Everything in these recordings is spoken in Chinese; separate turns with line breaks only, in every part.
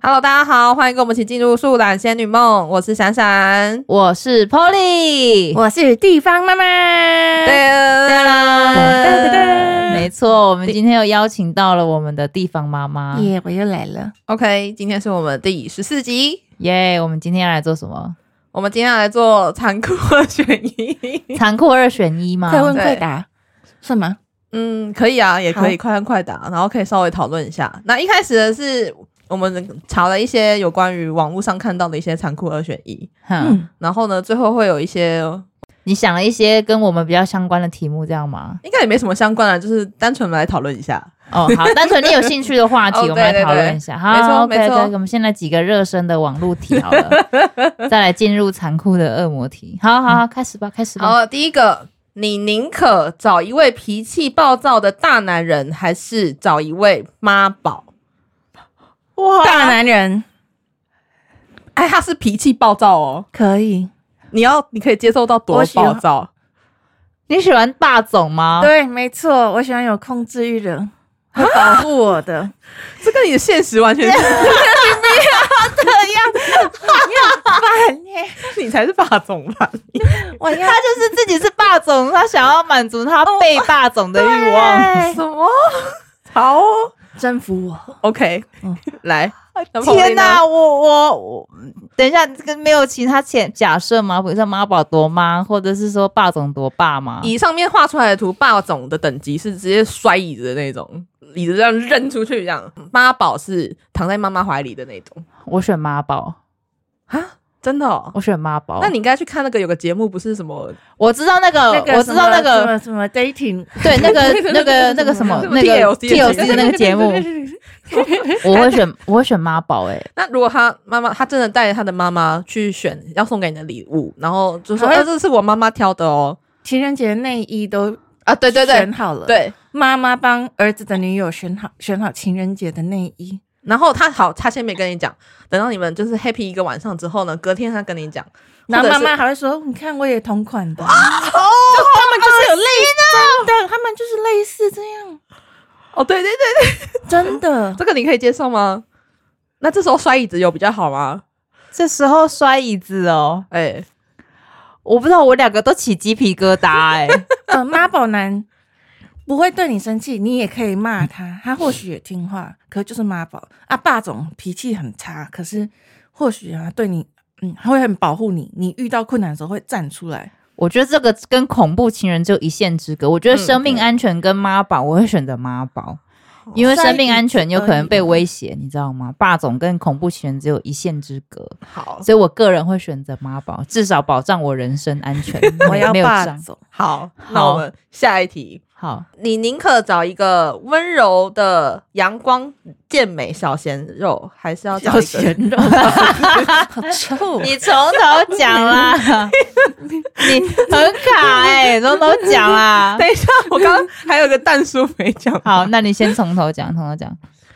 Hello，大家好，欢迎跟我们一起进入《树懒仙女梦》，我是闪闪。
我是 Polly，
我是地方妈妈。对，噔噔
没错，我们今天又邀请到了我们的地方妈妈，
耶，我又来了。
OK，今天是我们第十四集，
耶！我们今天要来做什么？
我们今天要来做残酷二选一。
残酷二选一吗？
快问
对
快答，是吗？
嗯，可以啊，也可以
好
快问快答，然后可以稍微讨论一下。那一开始的是我们查了一些有关于网络上看到的一些残酷二选一，
哼，
嗯，
然后呢，最后会有一些
你想了一些跟我们比较相关的题目，这样吗？
应该也没什么相关的，就是单纯来讨论一下。
哦， 好，单纯你有兴趣的话题，
哦
我们来
对对
讨
对
论一下。
没错
好
没
，OK，
错
OK，我们先来几个热身的网络题 好了，再来进入残酷的恶魔题。好好好，开始吧，开始
嗯
吧。
好，第一个，你宁可找一位脾气暴躁的大男人，还是找一位妈宝？哇
大男人
哎，他是脾气暴躁哦，
可以，
你要你可以接受到多
我喜
暴
欢
躁？
你喜欢霸总吗？
对，没错，我喜欢有控制欲的， 会保护我的。
这跟你的现实完全 是，
烦耶，
你才是霸总吧？
我要
他就是自己是霸总，他想要满足他被霸总的欲望。
哎
什么？ 好哦啊
征服我。
，OK，
嗯
来，
天哪、我我我，等一下，这个没有其他前假设吗？比如说妈宝多妈，或者是说霸总多霸吗？
以上面画出来的图，霸总的等级是直接摔椅子的那种，椅子这样扔出去这样。妈宝是躺在妈妈怀里的那种
我选妈宝，
啊，真的哦。
我选妈宝。
那你应该去看那个有个节目，不是什么
我知道那个，
那个
我知道那
什
个，
么什么 dating，
对，那 个那个那个什么
什么
那个
TLC 的
TLC 的那个 节目，我会选我会选妈宝哎、
那如果他妈妈，他真的带着他的妈妈去选要送给你的礼物，然后就说：“
好
呃，这是我妈妈挑的哦。
情人节内衣都”
啊，对对对
选好了。，
对。
妈妈帮儿子的女友选好选好情人节的内衣。
然后他好，他先没跟你讲，等到你们就是 happy 一个晚上之后呢，隔天他跟你讲，
然
或者
后妈
是
妈还会说：“你看，我也同款的。”哦，他们就是有类似，真的，他们就是类似这样，
哦，对对对，
真 的。
这个你可以接受吗？那这时候摔椅子有比较好吗？
这时候摔椅子哦，
哎，
我不知道，我两个都起鸡皮疙瘩哎、
呃，妈宝男不会对你生气，你也可以骂他，他或许也听话，可就是妈宝啊。霸总脾气很差，可是或许啊，对你，嗯，他会很保护你，你遇到困难的时候会站出来。
我觉得这个跟恐怖情人只有一线之隔。我觉得生命安全跟妈宝，我会选择妈宝，因为生命安全有可能被威胁，你知道吗？霸总跟恐怖情人只有一线之隔，
好
所以我个人会选择妈宝，至少保障我人身安 全。
我要
没有
霸
障。
总，
好，
好
那我们下一题，
好，
你宁可找一个温柔的阳光健美小鲜肉，还是要找一个？
肉， 好臭。
你从头讲啦， 你很卡哎、从头讲 啦。
等一下，我刚刚还有个蛋叔没讲完。
好，那你先从头讲，从头讲。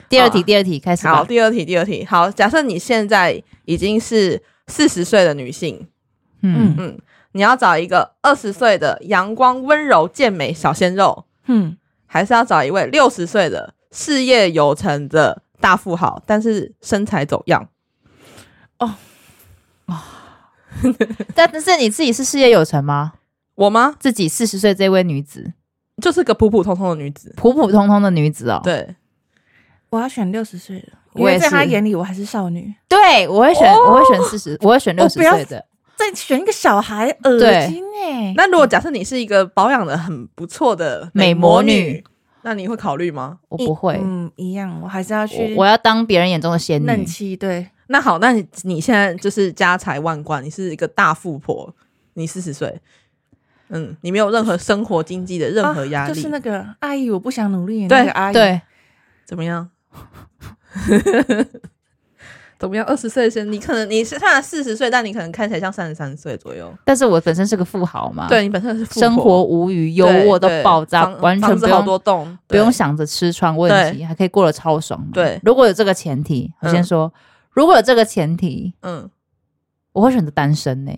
第二
好
题，
啊
第二题开始
好，
吧。
第二题，第二题。好，假设你现在已经是四十岁的女性，
嗯，
嗯，你要找一个二十岁的阳光温柔健美小鲜肉，
嗯，
还是要找一位六十岁的事业有成的大富豪，但是身材走样？
但是你自己是事业有成吗？
我吗？
自己四十岁这位女子，
就是个普普通通的女子。
普普通通的女子哦。
对，
我要选六十岁的，因
我也
为
是
在他眼里我还是少女。
对，我会选，
哦
我会选四十，我会选六
哦
十
不要
岁的。
再选一个小孩，恶
对
心哎、
那如果假设你是一个保养的很不错的
美
魔
魔女，
那你会考虑吗？
我不会，
嗯，一样，我还是要去
我我要当别人眼中的仙
嫩
女。
妻，对，
那好，那你你现在就是家财万贯，你是一个大富婆，你四十岁，嗯，你没有任何生活经济的任何压力，
啊就是那个阿姨，我不想努力的
对
那个阿姨，
对，
怎么样？ 怎么样？二十岁先，你可能你是虽然四十岁，但你可能看起来像三十三岁左右。
但是我本身是个富豪嘛，，
对你本身是富婆
啊生活无余，
对
优渥到
对
爆炸，
房
完全
房
不
子好多
用
栋，
不用
对
想着吃穿问题，还可以过得超爽嘛。
对
如果有这个前提，我先
嗯
说，如果有这个前提，
嗯。
我会选择单身呢。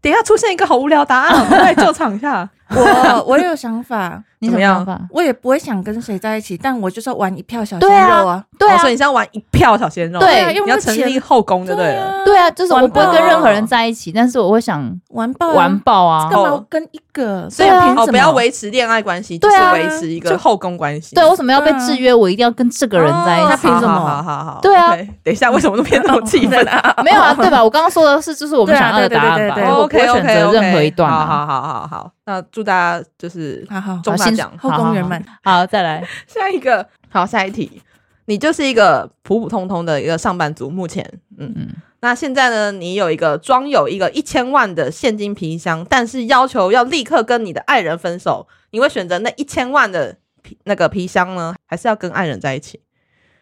等一下出现一个好无聊答案，我来救场一下。
我 我也有想法，
你
怎么
什么
样
想法？
我也不会想跟谁在一起，但我就是要玩一票小鲜
对啊
肉啊。
对
哦
啊
所，以你是要玩一票小鲜肉，
对
啊用
你要
那
成
钱
立后宫就对了。
啊，
对啊，就是我不会
完爆
跟任何
啊
人在一起，但是我会想
完爆啊
玩爆啊
干。嘛跟一个？
所以
对啊
哦，
凭什
不要
么
维持恋爱关系，就
对
是
啊
维持一个
就
后宫关系。
对，为什么要被
对啊
制约？我一定要跟这个人在一
嗯哦
起
他。凭什么
好好好好好，
对啊
OK，等一下，为什么都变那么气愤啊
没有啊，对 吧？我刚刚说的是，就是我们
对啊
想要的答案吧。
对对对对对
我不
？OK
会选
OK
择
OK，
任何一段
好
啊。
好好好好，那祝大家就是
好好，
中大
好
奖。
先
后宫圆满。
好，再来。
下一个，好，下一题，你就是一个普普通通的一个上班族，目前，嗯嗯
嗯。
那现在呢？你有一个装有一个一千万的现金皮箱，但是要求要立刻跟你的爱人分手，你会选择那一千万的皮那个皮箱呢，还是要跟爱人在一起？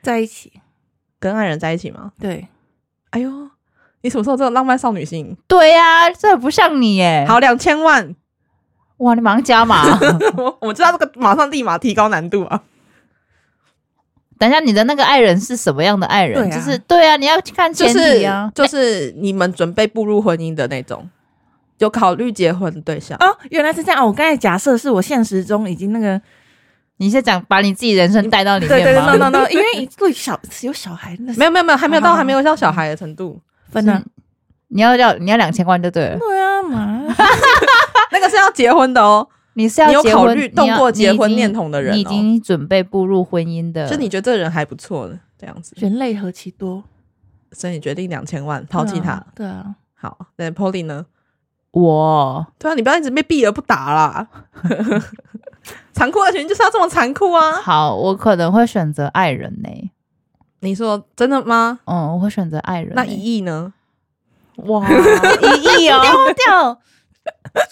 在一起，
跟爱人在一起吗？
对，
哎呦，你什么时候这个浪漫少女心？
对呀，这很不像你 耶。，
好，两千万，
哇，你马上加码。啊
我我知道这个马上立马提高难度啊。
等一下，你的那个爱人是什么样的爱人？
对啊
就是对啊，你要看
就
前
是
提啊。
就是你们准备步入婚姻的那种，有考虑结婚的对象。
哦，原来是这样。哦我刚才假设是我现实中已经那个，
你是讲把你自己人生带到里
对对
面
对
吗？
，no no no，因为一个小有小孩，那
没有没有没有，还没有到
哦
还没有到小孩的程 度，
分了
是。你要要你要两千万就对了。
对啊嘛，
那个是要结婚的哦。
你是要
你有
结
考
婚
虑
你
动
要
过
你
结
已
婚
经
念头的人
你已
哦
经准备步入婚姻的，
就你觉得这个人还不错的这样子，
人类何其 多，
所以你决定两千万抛弃他。
对啊。
好，那 Polly 呢？
我
对啊，你不要一直被避而不答啦。 残酷的群就是要这么残酷啊！
好，我可能会选择爱人呢、
你说真的吗？
嗯，我会选择爱人、
那一亿呢？
哇，一亿哦，
丢掉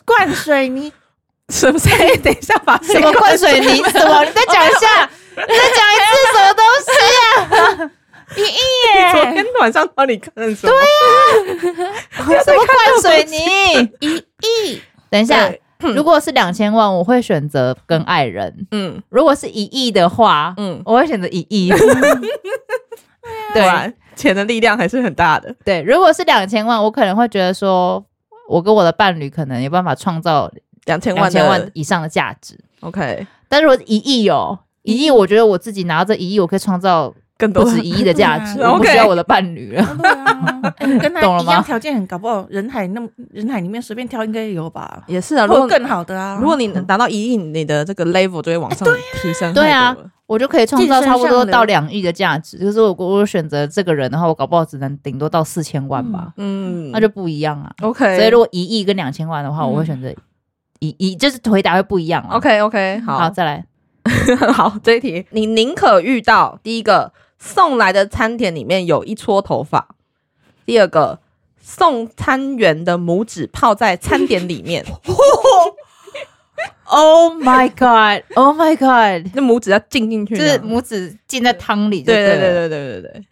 灌水泥，
是不是？ 等一下把
什 么灌水泥？什么？你再讲一 下，你再讲一次什么东西？
昨天晚上到底看了什么？
什么灌水泥？一亿。嗯等一下，
对，
如果是两千万，我会选择跟爱人；
嗯
如果是一亿的话，
嗯，
我会选择一 亿。
果
对，
然钱的力量还是很大的。
对，如果是两千万，我可能会觉得说，我跟我的伴侣可能有办法创造
两千
两
万的，
千万以上的价值。
，OK，
但如果是一亿哦，一亿，我觉得我自己拿着一亿，我可以创造
更多
不
的
止一亿的价 值，
对啊
我不
OK
需要我的伴侣了。
对啊，哎跟他
懂了
一
吗
样条件很搞不好，人海那么人海里面随便挑应该有吧，
也是啊。如
会有
果
更好的啊。
如果你能达到一亿，你的这个 level 就会往上提升。
对啊，我就可以创
晋
造
升
差不多
上流
到两亿的价值，就是我我选择这个人的话，我搞不好只能顶多到四千万吧，
嗯，
那就不一样啊。
OK。
所以如果一亿跟两千万的话，
嗯
我会选择一亿，就是回答会不一样啊。
OK OK，好
好，再来，
好，这一题你宁可遇到第一个送来的餐点里面有一撮头发，第二个送餐员的拇指泡在餐点里 面，
Oh my god! Oh my god!
那拇指要浸进去
就
那样，
是拇指浸在汤里就
对
对
对对对
了，
对对对，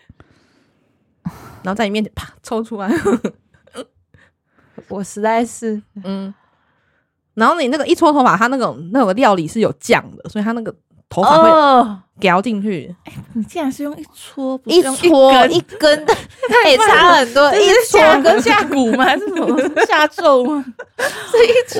然后在你面前啪抽出来，
我实在是
嗯，然后你那个一撮头发，它那种那个料理是有酱的，所以它那个头发会
哦，
掉进去。
你竟然是用一撮，不是
一
用
撮一根，那也差很多，一撮
下
跟
跟下蛊吗？还是什么 下 咒吗？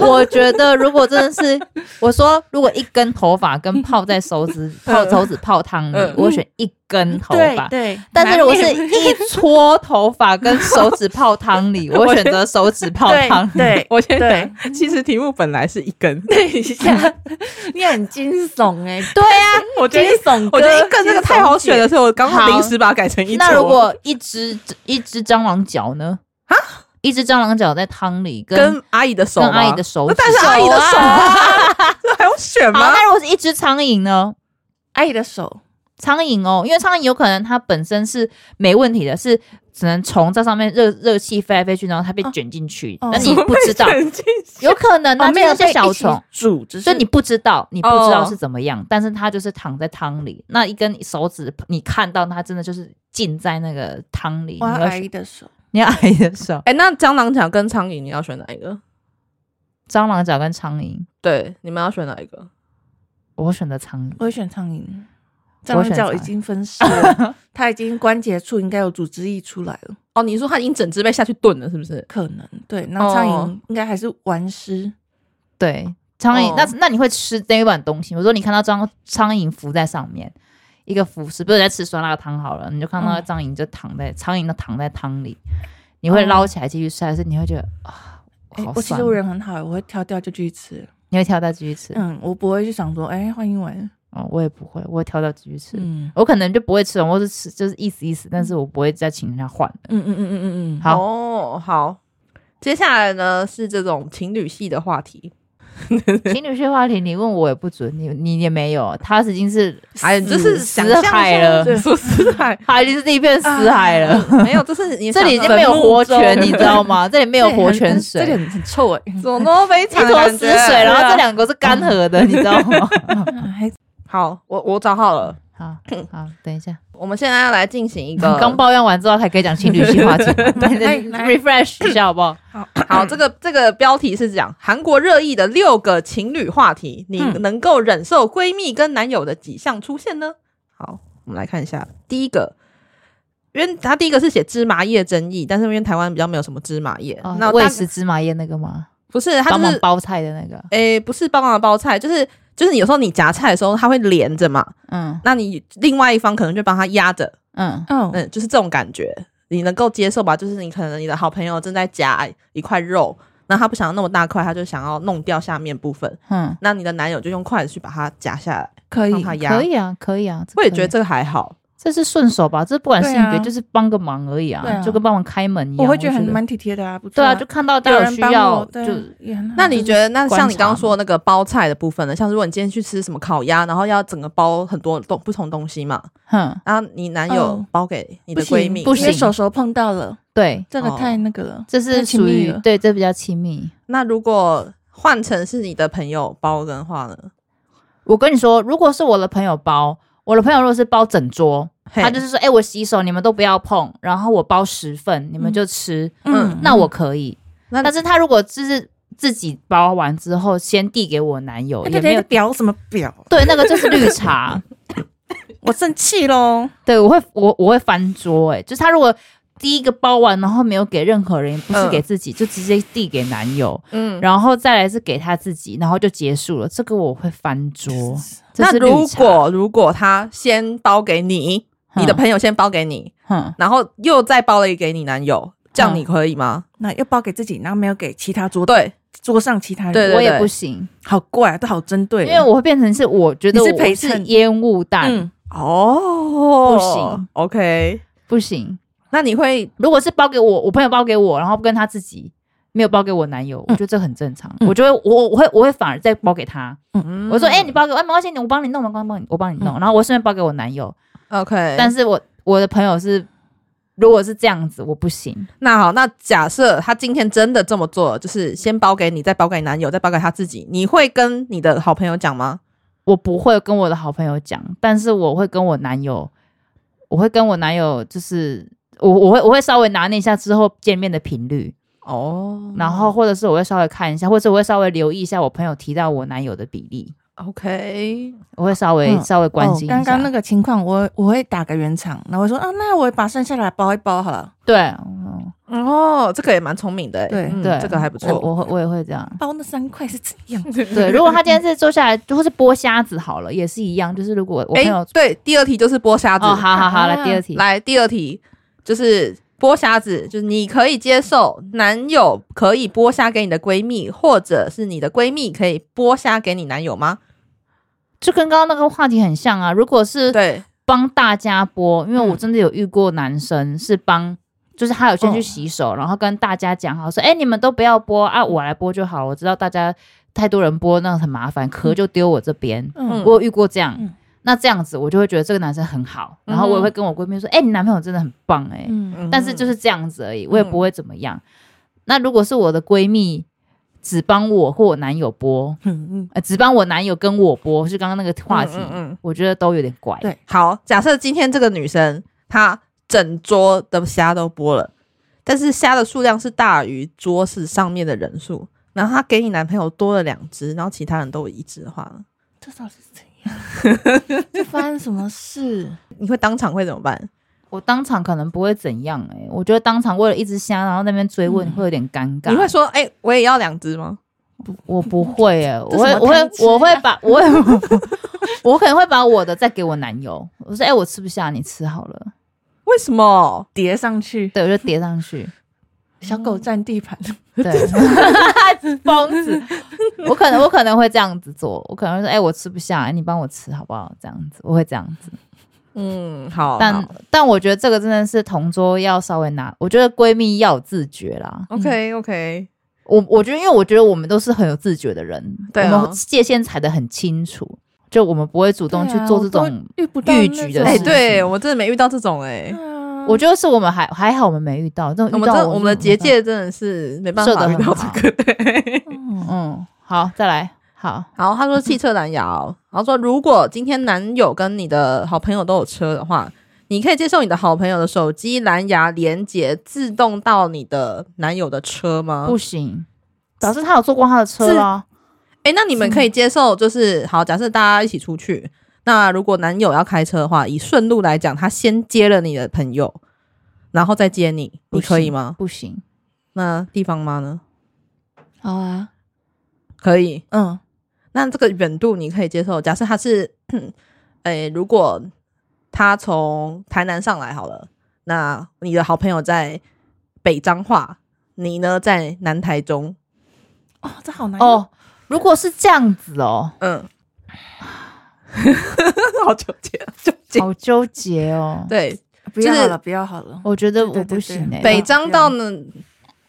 我觉得如果真的是， 我说如果一根头发跟泡在手指泡手指泡汤里
嗯，
我选一根头发。
对，
但是如果是一撮头发跟手指泡 汤里，我选择手指泡汤。
对，
我先
对
讲， 其实题目本来是一 根，
对一下， 你很惊悚哎，
对啊，
我觉
惊
得
悚哥，
我觉得一根这个太好选了，所以我刚好
好
临时把它改成一撮。
那如果一只一只蟑螂脚呢？一只蟑螂脚在汤里跟
啊跟阿姨的手
跟
吗，
阿姨的手
那
指，
但是阿姨的手 啊，这还用选
好，
吗？
那如果是一只苍蝇呢？
阿姨的手，
苍蝇哦，因为苍蝇有可能它本身是没问题的，是只能虫在上面热热气飞来飞去，然后它被卷进去，
哦
那、你不知道，
很近
有可能它
哦
就
没
是
有
那些小虫，
煮，只
所
是哦
以你不知道，你不知道
哦
是怎么样，但是它就是躺在汤里，那一根手指你看到它真的就是浸在那个汤里，你
我要
要
阿姨的手，
你要挨的手，
哎，那蟑螂脚跟苍蝇，你要选哪一个？
蟑螂脚跟苍蝇，
对，你们要选哪一个？
我选择苍蝇，
我会选苍蝇。
我
蟑螂
选
脚已
苍蝇
经分尸了，它已经关节处应该有组织液出来了，
哦，你说它已经整只被下去炖了，是不是？
可能对。那苍
哦
蝇应该还是顽尸，
对，苍蝇，
哦
那那你会吃这一碗东西？我说你看到张苍蝇浮在上面，一个浮尸，比如在吃酸辣汤好了，你就看到
嗯
苍蝇就躺在苍蝇都躺在汤里，你会捞起来继续吃，还是你会觉得啊
哎
好
哦我其
酸
实？我人很好，我会挑掉就继续吃。
你会挑到继续吃？
嗯，我不会去想说，哎，换一碗。
哦，我也不会，我会挑到继续吃。
嗯
我可能就不会吃完，或是吃就是意思意思，但是我不会再请人家换了。
嗯嗯嗯嗯嗯嗯，
好
哦，好。接下来呢是这种情侣系的话题，
情侣式话题，你问我也不准，你你也没有，他已经是
哎，这是
死
想象中
海了
对说死海
他已经是一片
啊
死海了，
没有，这是你
这里已经没有活泉，你知道吗？这里没有活泉水，
这点很臭 哎。
佐诺非
一
常
坨死水，啊然后这两个是干涸 的，你知道吗？
还
好，我我找好了。
好好，等一下，
我们现在要来进行一个
刚抱怨完之后还可以讲情侣计 划题，
来
对
来
，refresh 一下好不好？
好，这个这个标题是讲韩国热议的六个情侣话题，你
嗯
能够忍受闺蜜跟男友的几项出现呢？好，我们来看一下第一个。因为他第一个是写芝麻叶争议，但是因为台湾比较没有什么芝麻叶，
哦
那
喂
大
食芝麻叶那个吗？
不是他
帮
就
忙
是
包菜的那个，
诶，不是帮忙包菜，就是就是你有时候你夹菜的时候，它会连着嘛，
嗯
那你另外一方可能就帮他压着，
嗯，
哦，
嗯，就是这种感觉，你能够接受吧？就是你可能你的好朋友正在夹一块肉，那他不想要那么大块，他就想要弄掉下面部分，
嗯，
那你的男友就用筷子去把它夹下来，
可以
让他压
可。以啊，可以啊，这
我也
可以
觉得这个还好，
这是顺手吧，这不管性别
对啊
就是帮个忙而已啊
对，啊
就跟帮忙开门一样，
我会
我
觉得很蛮体贴的啊，不错。
对啊，就看到大
有
家有
人
需
帮
要
我，
就
对也很好。
那你觉得那
嗯观察
像你刚刚说的那个包菜的部分呢？像如果你今天去吃什么烤鸭，然后要整个包很多东不同东西嘛，
哼，
然后你男友
哦
包给你
不
的
行
闺蜜，
嗯不行
因为手手碰到了，
对，
这个
哦
太那个了。
这是
太亲
属
密
于
了
对，这比较亲密。
那如果换成是你的朋友包的话呢？
我跟你说，如果是我的朋友包，我的朋友如果是包整桌，
嘿
他就是说，哎、我洗手，你们都不要碰，然后我包十份，你们就吃，
嗯
那我可以。
那
但是他如果就是自己包完之后，先递给我男友，
那
也
个
没有
在表什么表？
对，那个就是绿 茶。
我生气喽！
对，我会我我会翻桌、哎，就是他如果第一个包完，然后没有给任何人，也不是
嗯
给自己，就直接递给男友，
嗯，
然后再来是给他自己，然后就结束了。这个我会翻桌。这
那
是绿
如
茶
果如果他先包给你，你的
哼
朋友先包给你，
哼
然后又再包了一个给你男友，这样
嗯
你可以吗？
那又包给自己，然后没有给其他桌
对，
桌上其他人，
对对
我也不行，
好怪啊，都好针对
因
哦，
为我会变成是我觉得
你是
我
陪
是
衬
烟雾弹，
嗯，
哦，
不行
，OK。
不行。
那你会
如果是包给我，我朋友包给我，然后跟他自己没有包给我男友，我觉得这很正常。
嗯
我就会我我会我会反而再包给他，我说哎、你
包
包给我，哎没关系，你我帮你弄，没关系，帮你我帮你
嗯
弄，然后我顺便包给我男友。
OK？
但是我我的朋友是。如果是这样子，我不行。
那好，那假设他今天真的这么做，就是先包给你，再包给男友，再包给他自己，你会跟你的好朋友讲吗？
我不会跟我的好朋友讲，但是我会跟我男友，我会跟我男友，就是我我会我会稍微拿捏一下之后见面的频率，
哦
嗯
然后或者是我会稍微看一下，或者我会稍微留意一下我朋友提到我男友的比例，
OK，
我会稍微、
嗯
稍微
哦
关心一下。
刚刚那个情况，我我会打个圆场，然后我说啊，那我把剩下来包一包好了，
对，嗯
哦，这个也蛮聪明的欸，
对
嗯
对
这个还不
我
错。
我会我也会这 样。
包那三块是怎样？
对，如果他今天是坐下来，或是剥虾子好了，也是一样，就是如果我朋
哎
友、，
对，第二题就是剥虾子，
哦，好好好，
啊
来第二题，
来，第二题就是剥虾子，就是你可以接受男友可以剥虾给你的闺蜜，或者是你的闺蜜可以剥虾给你男友吗？
就跟刚刚那个话题很像啊。如果是
对，
帮大家播，因为我
嗯
真的有遇过男生是帮，就是他有先去
哦
洗手，然后跟大家讲好说，哎、你们都不要播啊，
嗯
我来播就好。我知道大家太多人播，那很麻烦，壳就丢我这边。
嗯
我有遇过这样，
嗯
那这样子我就会觉得这个男生很好，然后
嗯哼
我也会跟我闺蜜说，哎、你男朋友真的很棒哎、
嗯
但是就是这样子而
嗯
已，我也不会怎么样。那如果是我的闺蜜只帮我或我男友播，
嗯嗯，
呃，只帮我男友跟我播，是刚刚那个话题，
嗯嗯嗯
我觉得都有点怪。
对
好，假设今天这个女生她整桌的虾都剥了，但是虾的数量是大于桌子上面的人数，然后她给你男朋友多了两只，然后其他人都有一只的话呢，
这到底是怎样？ 这发生什么事？
你会当场会怎么办？
我当场可能不会怎样哎、我觉得当场为了一只虾，然后那边追问
嗯
会有点尴尬。
你会说，哎、我也要两只吗？
我不会耶，我
这
会
什么
我会
贪吃啊
我会把 我会我可能会把我的再给我男友，我说哎、我吃不下，你吃好了，
为什么？
叠上去，
对我就叠上 去，
小狗占地盘，
对，疯子，我可能我可能会这样子做，我可能会说哎、我吃不下，你帮我吃好不好？这样子我会这样子，
嗯，好，
但
好
但我觉得这个真的是同桌要稍微拿，我觉得闺蜜要有自觉啦。
OK OK，
我我觉得，因为我觉得我们都是很有自觉的人，
对啊
我们界限踩得很清楚，就我们不会主动去
对啊
做这
我
种
都遇不到
逾矩的
那
哎、
事情。
种啊
对我真的没遇到这种哎、
我觉得是我们还还好，我们没遇到这种
我
嗯遇
们
到
这
我
我
是
们的
没
结
遇到。
界真的是没办
设得
法
很
遇到这 个，对。
嗯
嗯，好，再来，好，
好，他说汽车蓝牙，然后说如果今天男友跟你的好朋友都有车的话，你可以接受你的好朋友的手机蓝牙连接自动到你的男友的车吗
不？行，表示他有坐过他的车啦。
哎、那你们可以接受，就是好，假设大家一起出去，那如果男友要开车的话，以顺路来讲，他先接了你的朋友，然后再接你，
不
你
行
可以吗？
不行，
那地方妈呢？
好啊，
可以，
嗯，
那这个远度你可以接受。假设他是， 诶、如果他从台南上来好了，那你的好朋友在北彰化，你呢在南台中，
哦，这好难
哦，如果是这样子哦，
嗯， 好纠结，啊纠结。
好纠结哦。
对，
不要
就是
好了，不要好了。
我觉得
对
我
对
不
对
行哎、
对
北
欸，
彰到呢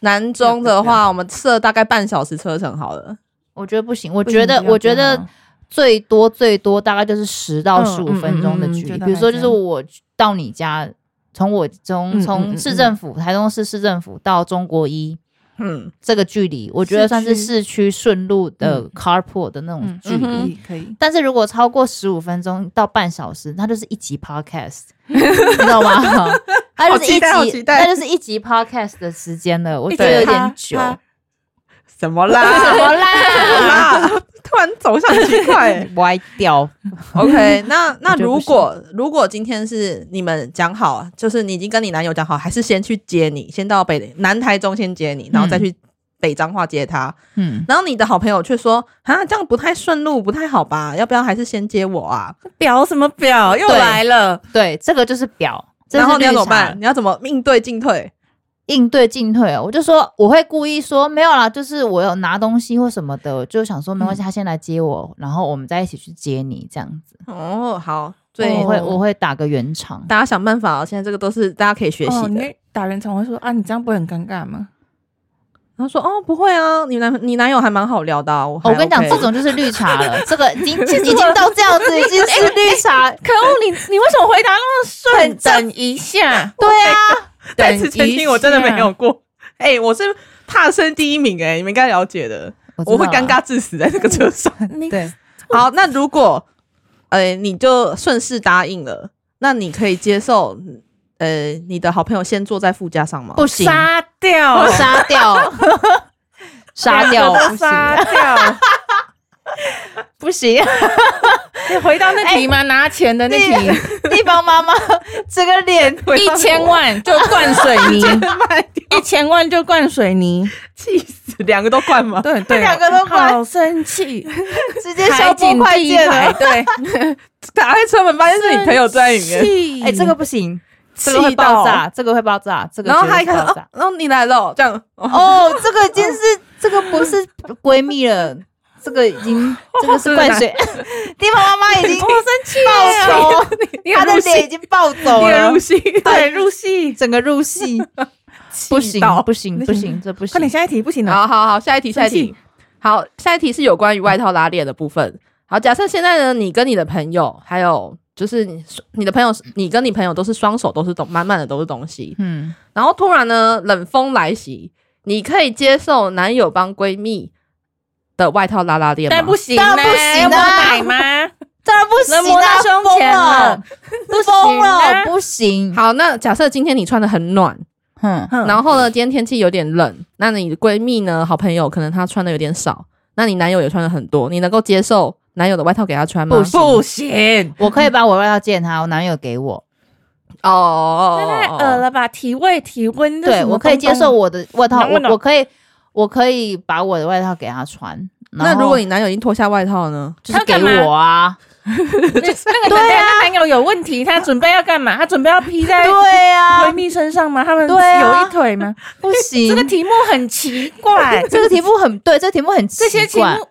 南中的话，我们设大概半小时车程好了。
我觉得不行，我
不
觉
行
得
不要
我觉
不要
得最多最多大概就是十到
嗯
十五分钟的距离。
嗯嗯嗯嗯觉得
比如说，
还
就是
这样
我到你家，从我从
嗯
从
嗯嗯
市政府、台中市市政府到中国一
嗯，
这个距离，我觉得算是
市区
市区顺路的
嗯
carpool 的那种
嗯，
距离。
嗯
可以可以，
但是如果超过十五分钟到半小时，它就是一集 podcast，你知道吗？它就是
好期
一
待好期
集，
待
它就是一集 podcast 的时间了，我
一
觉得有
直
点
趴
久。
趴
什么啦？ 什
怎么
么
啦？
啦？突然走向奇怪、欸。
歪掉。
OK，那那
我觉得
如
不行
果如果今天是你们讲好，就是你已经跟你男友讲好，还是先去接你，先到北南台中先接你，然后再去北彰化接他。
嗯，
然后你的好朋友却说啊，这样不太顺路，不太好吧？要不要还是先接我啊？
表什么表又
对
来了，
对，这个就是表。这
然后
是
你要
绿
怎么
茶
办？你要怎么应对进退？
应对进退哦，我就说我会故意说没有啦，就是我有拿东西或什么的，就想说没
嗯
关系，他先来接我，然后我们再一起去接你这样子。
哦，好，所以
对，我会我会打个圆场。
大家想办法哦。现在这个都是大家可以学习
哦，
的。
你打人常会说啊，你这样不会很尴尬吗？
然后说哦，不会啊，你男你男友还蛮好聊的啊、我还
哦我跟你讲，
OK
这种就是绿茶了，这个已 经已经到这样子，已经是绿茶。
哎可恶，你你为什么回答那么顺？
正
等一下，
对啊，
再次啊
等
澄
一
清，我真的
下
没有过。 哎、我是怕生第一名、哎，你们应该了解的。我
知
会
道
尴。尬致死在那个车上。
你
对，
好，那如果，呃，你就顺势答应了，那你可以接受，呃，你的好朋友先坐在副驾上吗？
不行，
杀掉，
杀掉， 杀掉，
两个
不
都
行，
杀掉。
不 行。
你回到那题吗？拿钱的那
那
题，
地方妈妈这个脸，
一千万就灌水 泥，一千万就灌水泥。
气死，两个都灌吗？
对对，
两个都灌
好生气，
直接消波快
第一
件
排，
了。
对，
打开车门发现是你朋友坐在里面，
面
哎、这个不行，这个会
气到
爆
哦
炸，这个会爆炸，这个
然后
绝对
他一
会
看，
爆
哦
炸。，
然后你来了，这样，哦
哦，这个已经是这个不是闺蜜了，这个已经这个是灌水，地方妈妈已经
我生气了，
暴走，
你
她
很
的
入
脸已
戏，
经暴走
你也
了
入，戏，
对，入戏。
整个入戏，不行
到
不行
那
不
行
行，这不行哦
快点，。下一题不行了。
好好好，下一题，下一
生气
题。好，下一题是有关于外套拉链的部分。好，假设现在呢，你跟你的朋友，还有就是你你的朋友，你跟你朋友都是双手都是东，满满的都是东西。
嗯，
然后突然呢，冷风来袭，你可以接受男友帮闺蜜的外套拉拉链吗？
但不行
当
啊，
然不行啊
我奶妈，
当然不
能
行
摸
啊，
到胸
疯
前
了
了，，不
疯
行
了，
啊，
不行。
好，那假设今天你穿的很暖，
哼，
哼
然后呢，今天天气有点冷，那你的闺蜜呢，好朋友可能她穿的有点少，那你男友也穿的很多，你能够接受男友的外套给她穿吗？
不行
不行，
我可以把我外套借他，我男友给我，
哦哦
太
哦哦
呃恶了吧？体味体温，这
对
什么
我可以
东东
接受我的外套，
能不
我
能
我可以。我可以把我的外套给他穿。
那如果
你
你男友已经脱下外套呢？
就是给
他干嘛
我啊，
那 那个对啊，男友有问题，他准备要干嘛？他准备要披在
对
哎闺
啊，
蜜身上吗？他们
对啊
有一腿吗？
不行，
这个题目很奇怪
，这个题目很对，这个题目很奇怪
这些题目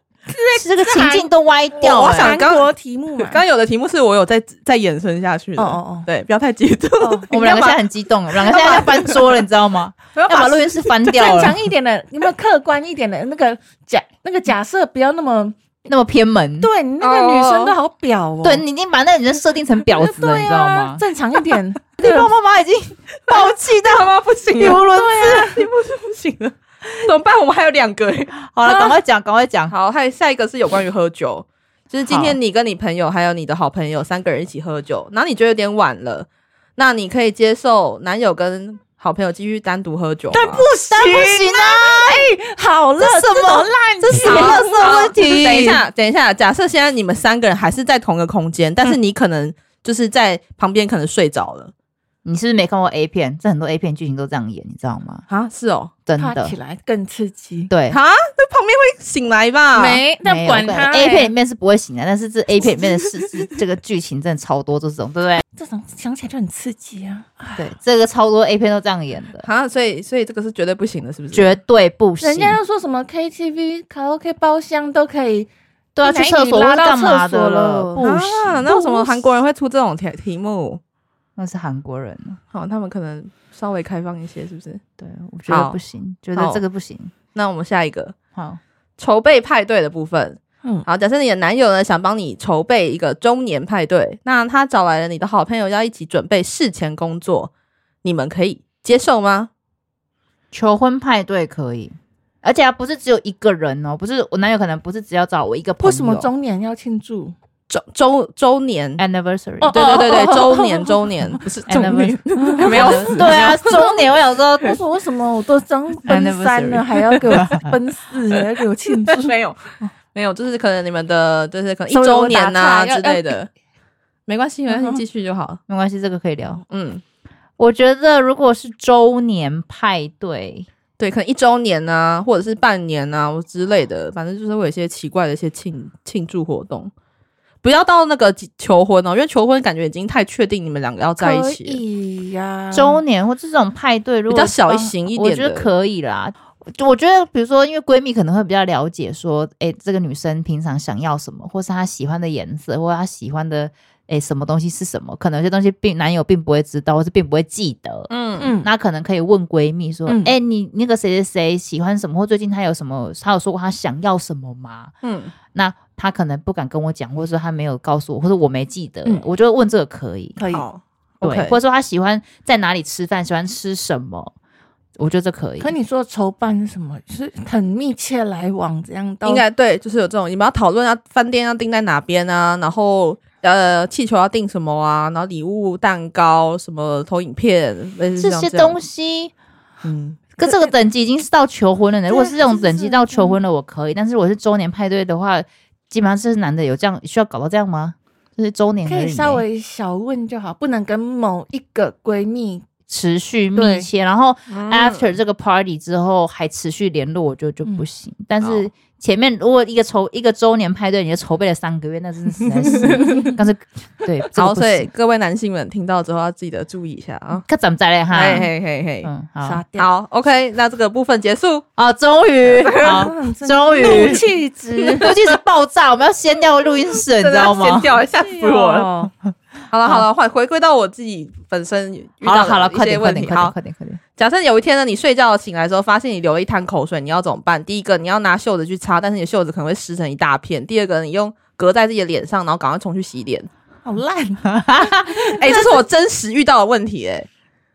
这个情境都歪掉
我
了、
想
韩国题目嘛。
刚有的题目是我有再再延伸下去的，
哦哦
对，不要太激动。
哦 哦，
我们两个现在很激动，我们两个现在要翻桌了，你知道 吗？
不要
要把录音室翻掉
正
了，
常一点的，有没有客观一点的那个假那个假设不要那么
那么偏门。
对，你那个女生都好婊哦，
哦对，你已经把那个女生设定成婊子了，
对
你知道
啊
吗？
正常一 点，啊
你爸爸妈 妈已经暴气到
他妈不行
语
了，
无伦次。
题目是不行了，怎么办？我们还有两个欸。
啊
好了，赶快讲，赶快讲。
好，还有下一个是有关于喝酒，就是今
好
天你跟你朋友还有你的好朋友三个人一起喝酒，然后你觉得有点晚了，那你可以接受男友跟好朋友继续单独喝酒吗？对不
当然不行啊！
好了，
这什么
烂啊
这什么垃圾问题？
等一，下，等一下，假设现在你们三个人还是在同一个空间，但是你可能就是在旁边可能睡着了
你是不是没看过 A 片？这很多 A 片剧情都这样演，你知道吗？
啊？是哦，
真
趴
的
起，来更刺激？
对。啊
啊，那旁边会醒来吧？
没，那
没有
管
对
他
A
欸
片里面是不会醒的，但是这 A 片里面的事，是这个剧情真的超多这种，对不对？
这种想起来就很刺激啊！
对，这个超多 A 片都这样演的，
啊，所以所以这个是绝对不行的，是不是？
绝对不行。
人家又说什么 KTV、卡拉 OK 包厢都可以，
对啊，
哪
去
里
厕所或
拉
是
到
干嘛
厕
的
所了
不
啊，
行，
那为什么韩国人会出这种题题目？
那是韩国人。
好，他们可能稍微开放一些，是不是？
对，我觉得
好
不行，觉得这个不行。
那我们下一个
好，
筹备派对的部分。
嗯
好，假设你的男友呢想帮你筹备一个周年派对，那他找来了你的好朋友要一起准备事前工作，你们可以接受吗？
求婚派对可以，而且还啊不是只有一个人哦，不是我男友可能不是只要找我一个朋友。
为什么中年要庆祝？
周周周年，
anniversary？
哦
对对对对，周年周年不 是周年， 没有死？
对啊，周年我想 说，
我说为什么我都当奔三
Anniversary
了，还要给我奔四，还要给我庆祝
没有没有，就是可能你们的就是可能一
稍微
周
我打
年呐、
岔要
之类的， 没关系没关
嗯哼
系，继续就好。
没关系，这个可以聊。
嗯，
我觉得如果是周年派对，
对，可能一周年呐、或者是半年呐、或之类的，反正就是会有一些奇怪的一些庆庆祝活动。不要到那个求婚哦，因为求婚感觉已经太确定你们两个要 在一
可
起了。
以呀，
周年或这种派对，如果
嗯比较小
帮
型一
我
点
觉得
的
可以啦。就我觉得，比如说，因为闺蜜可能会比较了解，说，诶，这个女生平常想要什么，或是她喜欢的颜色，或者她喜欢的，诶，什么东西是什么？可能有些东西并男友并不会知道，或是并不会记得。
嗯嗯
嗯，
那可能可以问闺蜜说，
嗯
诶，你那个谁谁谁喜欢什么，或最近她有什么，她有说过她想要什么吗？
嗯，
那她可能不敢跟我讲，或者说她没有告诉我，或者我没记得，
嗯
我就问这个可以。
可以。
好
对
OK
或者说他喜欢在哪里吃饭，喜欢吃什么，我觉得这可以。
可你说筹办是什么？是很密切来往这样到？
应该对，就是有这种你们要讨论要饭店要定在哪边啊，然后呃气球要订什么啊，然后礼物、蛋糕、什么投影片，类似
这
像
些
样
东西
嗯，
跟这个等级已经是到求婚了呢。
对
如果是这种等
就是嗯
级到求婚了，我可以。但是如果是周年派对的话，基本上这是男的有这样需要搞到这样吗？就是周年
可
而已
以
呢
稍微小问就好，不能跟某一个闺蜜
持续密
对
切，然后
啊
after
嗯
这个 party 之后还持续联络，我觉得就不行。但是
嗯好
前面如果一个筹一个周年派对，你就筹备了三个月，那真的实 在是，但是对，这个
好，
不
所以
行
各位男性们听到之后要记得注意一下啊，
看咱们再来哈。
嘿嘿嘿嘿，
嗯，好
杀，掉，
好，OK，那这个部分结束。
啊，终于，好，
嗯真的
终于，
怒气值，
尤其是爆炸，我们要掀掉录音室，你
真
知道
的要
吗
掀？掉了，吓死我
哦
了！
了！
好了好了，回回归到我自己本身遇
好
到
了
的
嗯好了，快
一些
点快
问
点
题。
快点
好，
快点快点，
假设有一天呢，你睡觉醒来的时候，发现你流了一滩口水，你要怎么办？第一个，你要拿袖子去擦，但是你的袖子可能会湿成一大片；第二个，你用隔在自己的脸上，然后赶快冲去洗脸。
好烂，
哎、这是我真实遇到的问题、哎，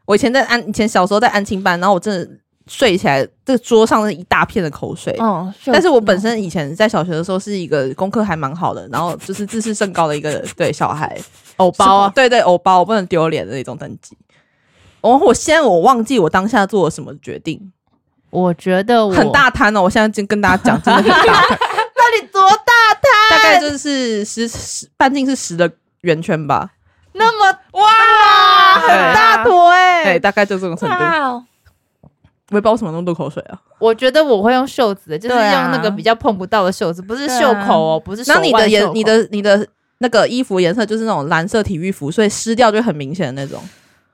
我以前在安，以前小时候在安亲班，然后我真的睡起来，这个桌上是一大片的口水。
哦，
但是我本身以前在小学的时候是一个功课还蛮好的，然后就是自视甚高的一个对小孩，
偶包啊，
对对，偶包，我不能丢脸的那种等级。哦，我现在我忘记我当下做了什么决定，
我觉得我
很，大摊哦。我现在就跟大家讲，真的很 大，
到底多大？
大概就是十十半径是十的圆圈吧，
那么哇，很
对
大坨哎
对，，大概就这种程度。
哇哦，
我也不知道为什么那么多口水啊。
我觉得我会用袖子的，就是
对
用
啊
那个比较碰不到的袖子，不是
对啊
袖口哦，不是手
然后
腕
你
袖口。
的颜，你的你的那个衣服颜色就是那种蓝色体育服，所以湿掉就很明显的那种。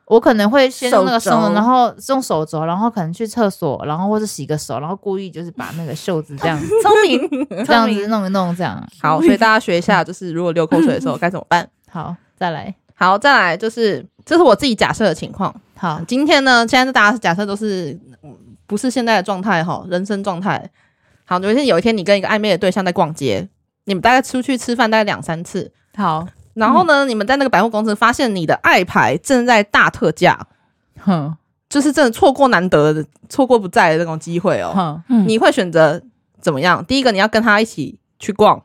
我可能会先用那个
手
手
肘，
然后用手肘，然后可能去厕所，然后或是洗个手，然后故意就是把那个袖子这样
聪明，
这样
聪
子
明
弄一弄，这样
好，所以大家学一下，就是如果流口水的时候该怎么 办。
好，再来，
好，再来就是这是我自己假设的情况。
好，
今天呢，现在大家假设都是嗯不是现在的状态哈，人生状态。好，有一天有一天你跟一个暧昧的对象在逛街，你们大概出去吃饭大概两三次，
好，
然后呢，你们在那个百货公司发现你的爱牌正在大特价，
哼
就是真的错过难得的、错过不在的那种机会哦。
哼，
嗯
你会选择怎么样？第一个，你要跟他一起去逛，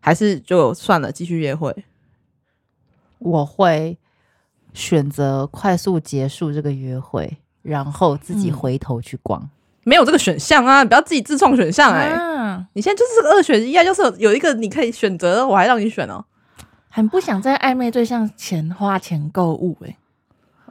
还是就算了，继续约会？
我会选择快速结束这个约会，然后自己
嗯
回头去逛。
没有这个选项啊！你不要自己自创选项哎、
啊，
你现在就是这个二选一啊，要是有有一个你可以选择，我还让你选哦。
很不想在暧昧对象前花钱购物哎、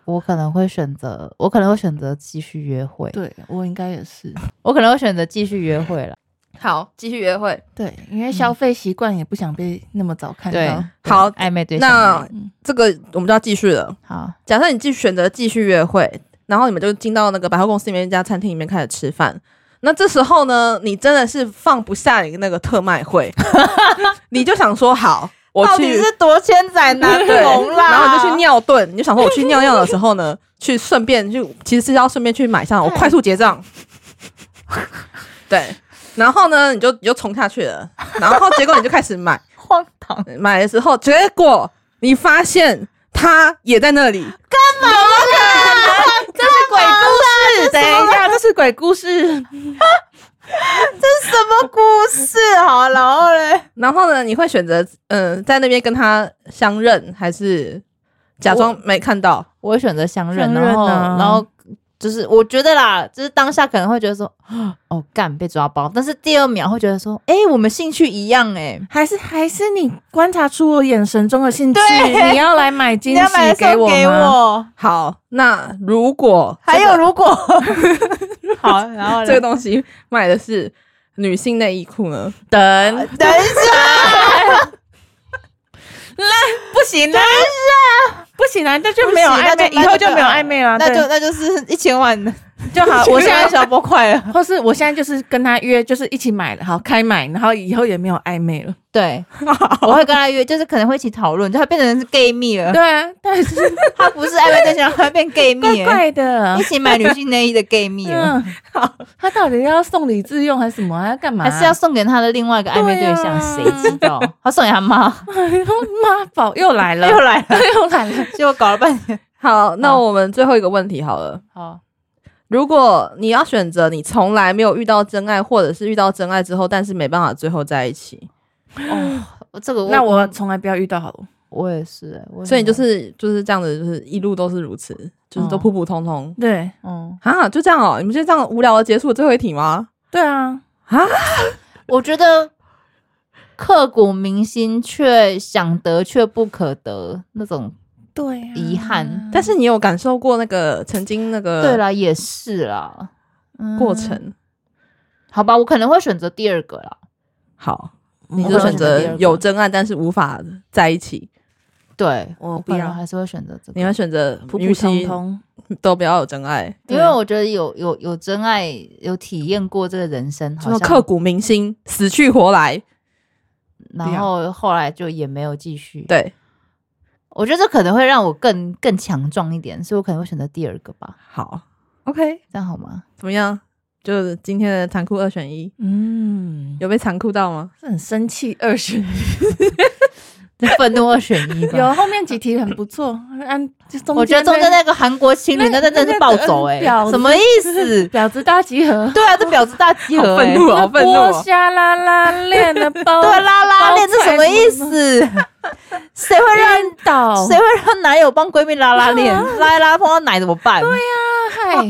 我可能会选择，我可能会选择继续约会，
对我应该也是，
我可能会选择继续约会了。
好，继续约会。
对，因为消费习惯也不想被那么早看
嗯对
到，，
好
暧昧对象而
那
已。
这个我们就要继续了。
好，
假设你继续选择继续约会，然后你们就进到那个百货公司里面一家餐厅里面开始吃饭。那这时候呢，你真的是放不下你那个特卖 会，你就想说好，我
到底
去
是多千载难
对，
逢啦，
然后你就去尿遁，你就想说我去尿尿的时候呢， 去顺便就其实是要顺便去买上，我快速结 账。对，然后呢，你就你就冲下去了，然后结果你就开始买，
荒唐。
买的时候，结果你发现他也在那里，
这是鬼故事，等一下，这是鬼故事， 这是什么故事？好，然后嘞，
然后呢，你会选择嗯、呃在那边跟他相认，还是假装没看到？
我会选择相认，
相认
然后，
啊
然后就是我觉得啦，就是当下可能会觉得说， 哦，干被抓包，但是第二秒会觉得说，哎、我们兴趣一样、哎。
还是还是你观察出我眼神中的兴趣，
对
你要来买惊
你
喜
要买
给
送
我
给
吗？
我，
好，那如果
还有如果 好，然后
这个
嘞
东西买的是女性内衣裤呢？
等，
等一下，那不行啦，
不行啊，那就没有
不行那
暧
就
昧，以后就没有暧昧了，
那就
对
那就是一千万的，
就 好。我现在
小波快了。
或是我现在就是跟他约，就是一起买了，好开买，然后以后也没有暧昧了。
对，我会跟他约，就是可能会一起讨论，就他变成是 gay 蜜了，
对啊，但是
他不是暧昧对象，他变 gay 蜜
怪
了，
怪的
一，起买女性内衣的 gay 蜜了，
嗯，好，他到底要送礼自用还是什么啊？要干 嘛啊？
还是要送给他的另外一个暧昧对象，谁
对啊
知道？他送给他妈，
妈宝又来了，
又来了，
又来了。
结果搞了半天。
好，那
好
我们最后一个问题好了。
好，
如果你要选择你从来没有遇到真爱，或者是遇到真爱之后，但是没办法最后在一起，
哦，这个
那我从来不要遇到好了。
我也是，欸我也
所以你就是就是这样子，就是一路都是如此，就是都
嗯
普普通通
对，
嗯，
啊，就这样哦、你们就这样无聊的结束最后一题吗？
对啊，
我觉得刻骨铭心却想得却不可得那种，
对啊
遗憾
但是你有感受过那个曾经那
对
个
啦，也是啦，嗯
过程？
好吧，我可能会选择第二个啦。
好，
你
你
我
就
可能
选
选
择
择第二个
有真爱，但是无法在一起，
对，
我
我
不
可能
要
还是会选择这个
你，会选择
普
与
普
其
通通。
都不要有真爱，
因为我觉得有有有真爱，有体验过这个人生，
什
好
么
像
刻骨铭心、死去活来，
然后后来就也没有继续。，
对。
我觉得这可能会让我更更强壮一点，所以我可能会选择第二个吧，
好，OK，
这样 好吗？
怎么样？就是今天的残酷二选一，
嗯，
有被残酷到吗？
是很生气二选一。
愤怒二选一吧。
有后面几题很不错，按就中
我觉得中间那个韩国情侣那
那
真的是暴走哎、
那个？
什么意思
婊子大 集合，
对啊，这婊子大集合、欸，
怒好愤怒哦
剥虾啦啦 链的包，
对啊拉拉链这什么意思？谁会让
认倒，
谁会让男友帮闺蜜拉拉 链？拉一拉碰到奶怎么办？
害
不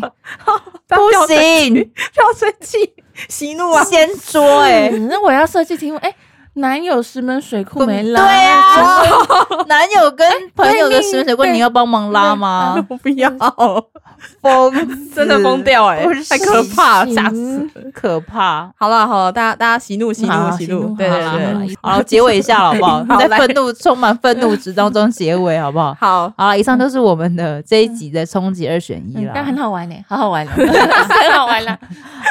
行，
不要生气，息怒啊！
先说哎、
嗯那我要设计题目，哎、男友石门水库没拉，
对
啊，
男友跟朋友的水水棍，
对
你要帮忙拉吗？
我
啊
不要，
疯，
真的疯，掉哎、
不
太可怕了，
行
吓死了！
可怕。
好了好了，大家大家息怒息
好
怒
好
息
息
怒，
怒
对
好
对
啦好啦
对，
好了，结尾一下好不 好？
好
在
来
愤怒、充满愤怒值当中结尾好不 好？
好，
好了，以上都是我们的这一集的冲击二选一
嗯
啦，
但很好玩 呢，好好玩哦，很好玩啦。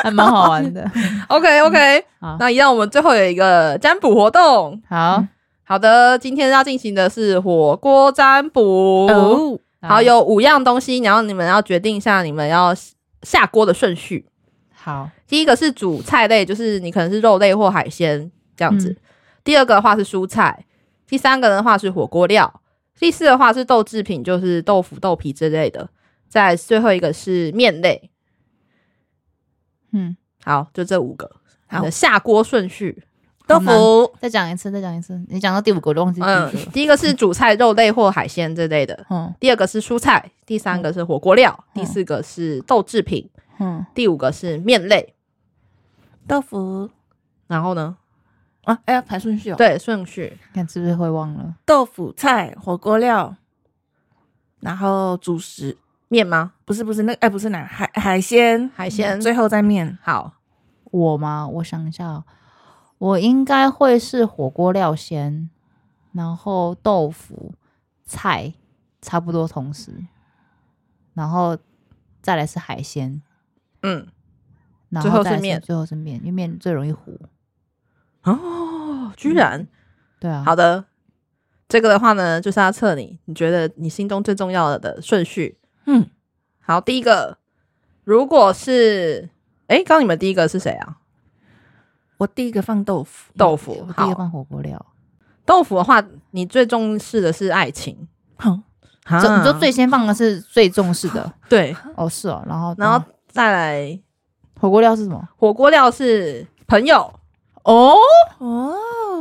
还蛮好玩的。
OK OK，
好
那一样，我们最后有一个占卜活动。
好，
好的，今天要进行的是火锅占卜。
哦
好，有五样东西，然后你们要决定一下你们要下锅的顺序。
好，
第一个是主菜类，就是你可能是肉类或海鲜这样子。
嗯
第二个的话是蔬菜，第三个的话是火锅料，第四个的话是豆制品，就是豆腐、豆皮之类的。再最后一个是面类。
嗯，
好，就这五个。
好
你的下锅顺序，
豆腐，
再讲一次，再讲一次，你讲到第五个，我都忘记第
嗯
几个，了。
第一个是主菜、肉类或海鲜之类的。
嗯
第二个是蔬菜，第三个是火锅料，
嗯
第四个是豆制品，
嗯，
第五个是面类。
豆腐
然后呢？
啊，哎，要排顺序哦。
对，顺序。
看是不是会忘了？
豆腐菜、火锅料，然后主食，
面吗？
不是不是那哎不是那海海鲜，
海鲜。
最后再面。
好，
我吗？我想一下哦，我应该会是火锅料先，然后豆腐、菜差不多同时，然后再来是海鲜，
嗯，
然
最后
后
是
再来
面
最后是面，因为面最容易糊。
哦，居然、
对啊，
嗯好的。这个的话呢，就是要测你，你觉得你心中最重要的顺序。
嗯，
好，第一个，如果是，诶，刚刚你们第一个是谁啊？
我第一个放豆腐，
豆腐
嗯我。第
好，
一个放火锅料，
豆腐的话，你最重视的是爱情，
哼，
啊
就你就最先放的是最重视 的
对，
哦，是哦，然后
然后再来
火锅料是什么？
火锅料是朋友，
哦，
哦，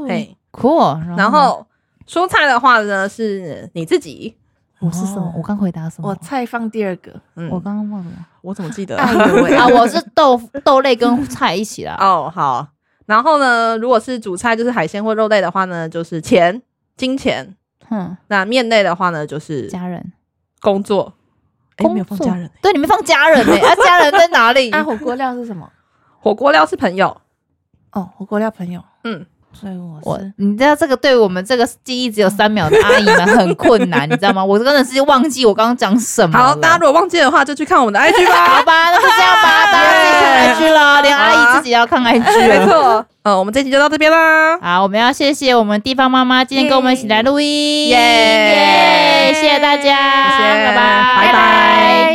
哎、
酷哦，
然
后
后蔬菜的话呢是你自己，
我是什么
哦？
我刚回答什么
我？菜放第二个，
嗯，
我刚刚忘了什么
我怎么记 得啊
哎呦喂，
啊？我是豆腐豆类跟菜一起啦。
哦，好。然后呢，如果是主菜就是海鲜或肉类的话呢，就是钱、金钱；
哼，
那面类的话呢，就是
家人，
工作。哎，
工
没有放
作
家人。
对，你们放家人呢、啊，家人在哪里？
啊，火锅料是什么？
火锅料是朋友，
哦，火锅料朋友，
嗯，
所以我
我
是，
你知道这个对我们这个记忆只有三秒的阿姨们很困难，你知道吗？我真的是忘记我刚刚讲什么了。
好，大家如果忘记的话，就去看我们的 IG 吧。
好吧，那就这样吧，大家自己看 IG 了，连阿姨自己要看 IG
没
了。
错，呃，我们这期就到这边啦，
好，我们要谢谢我们地方妈妈今天跟我们一起来录音，
耶
耶谢谢大家，
谢谢
拜拜，
拜拜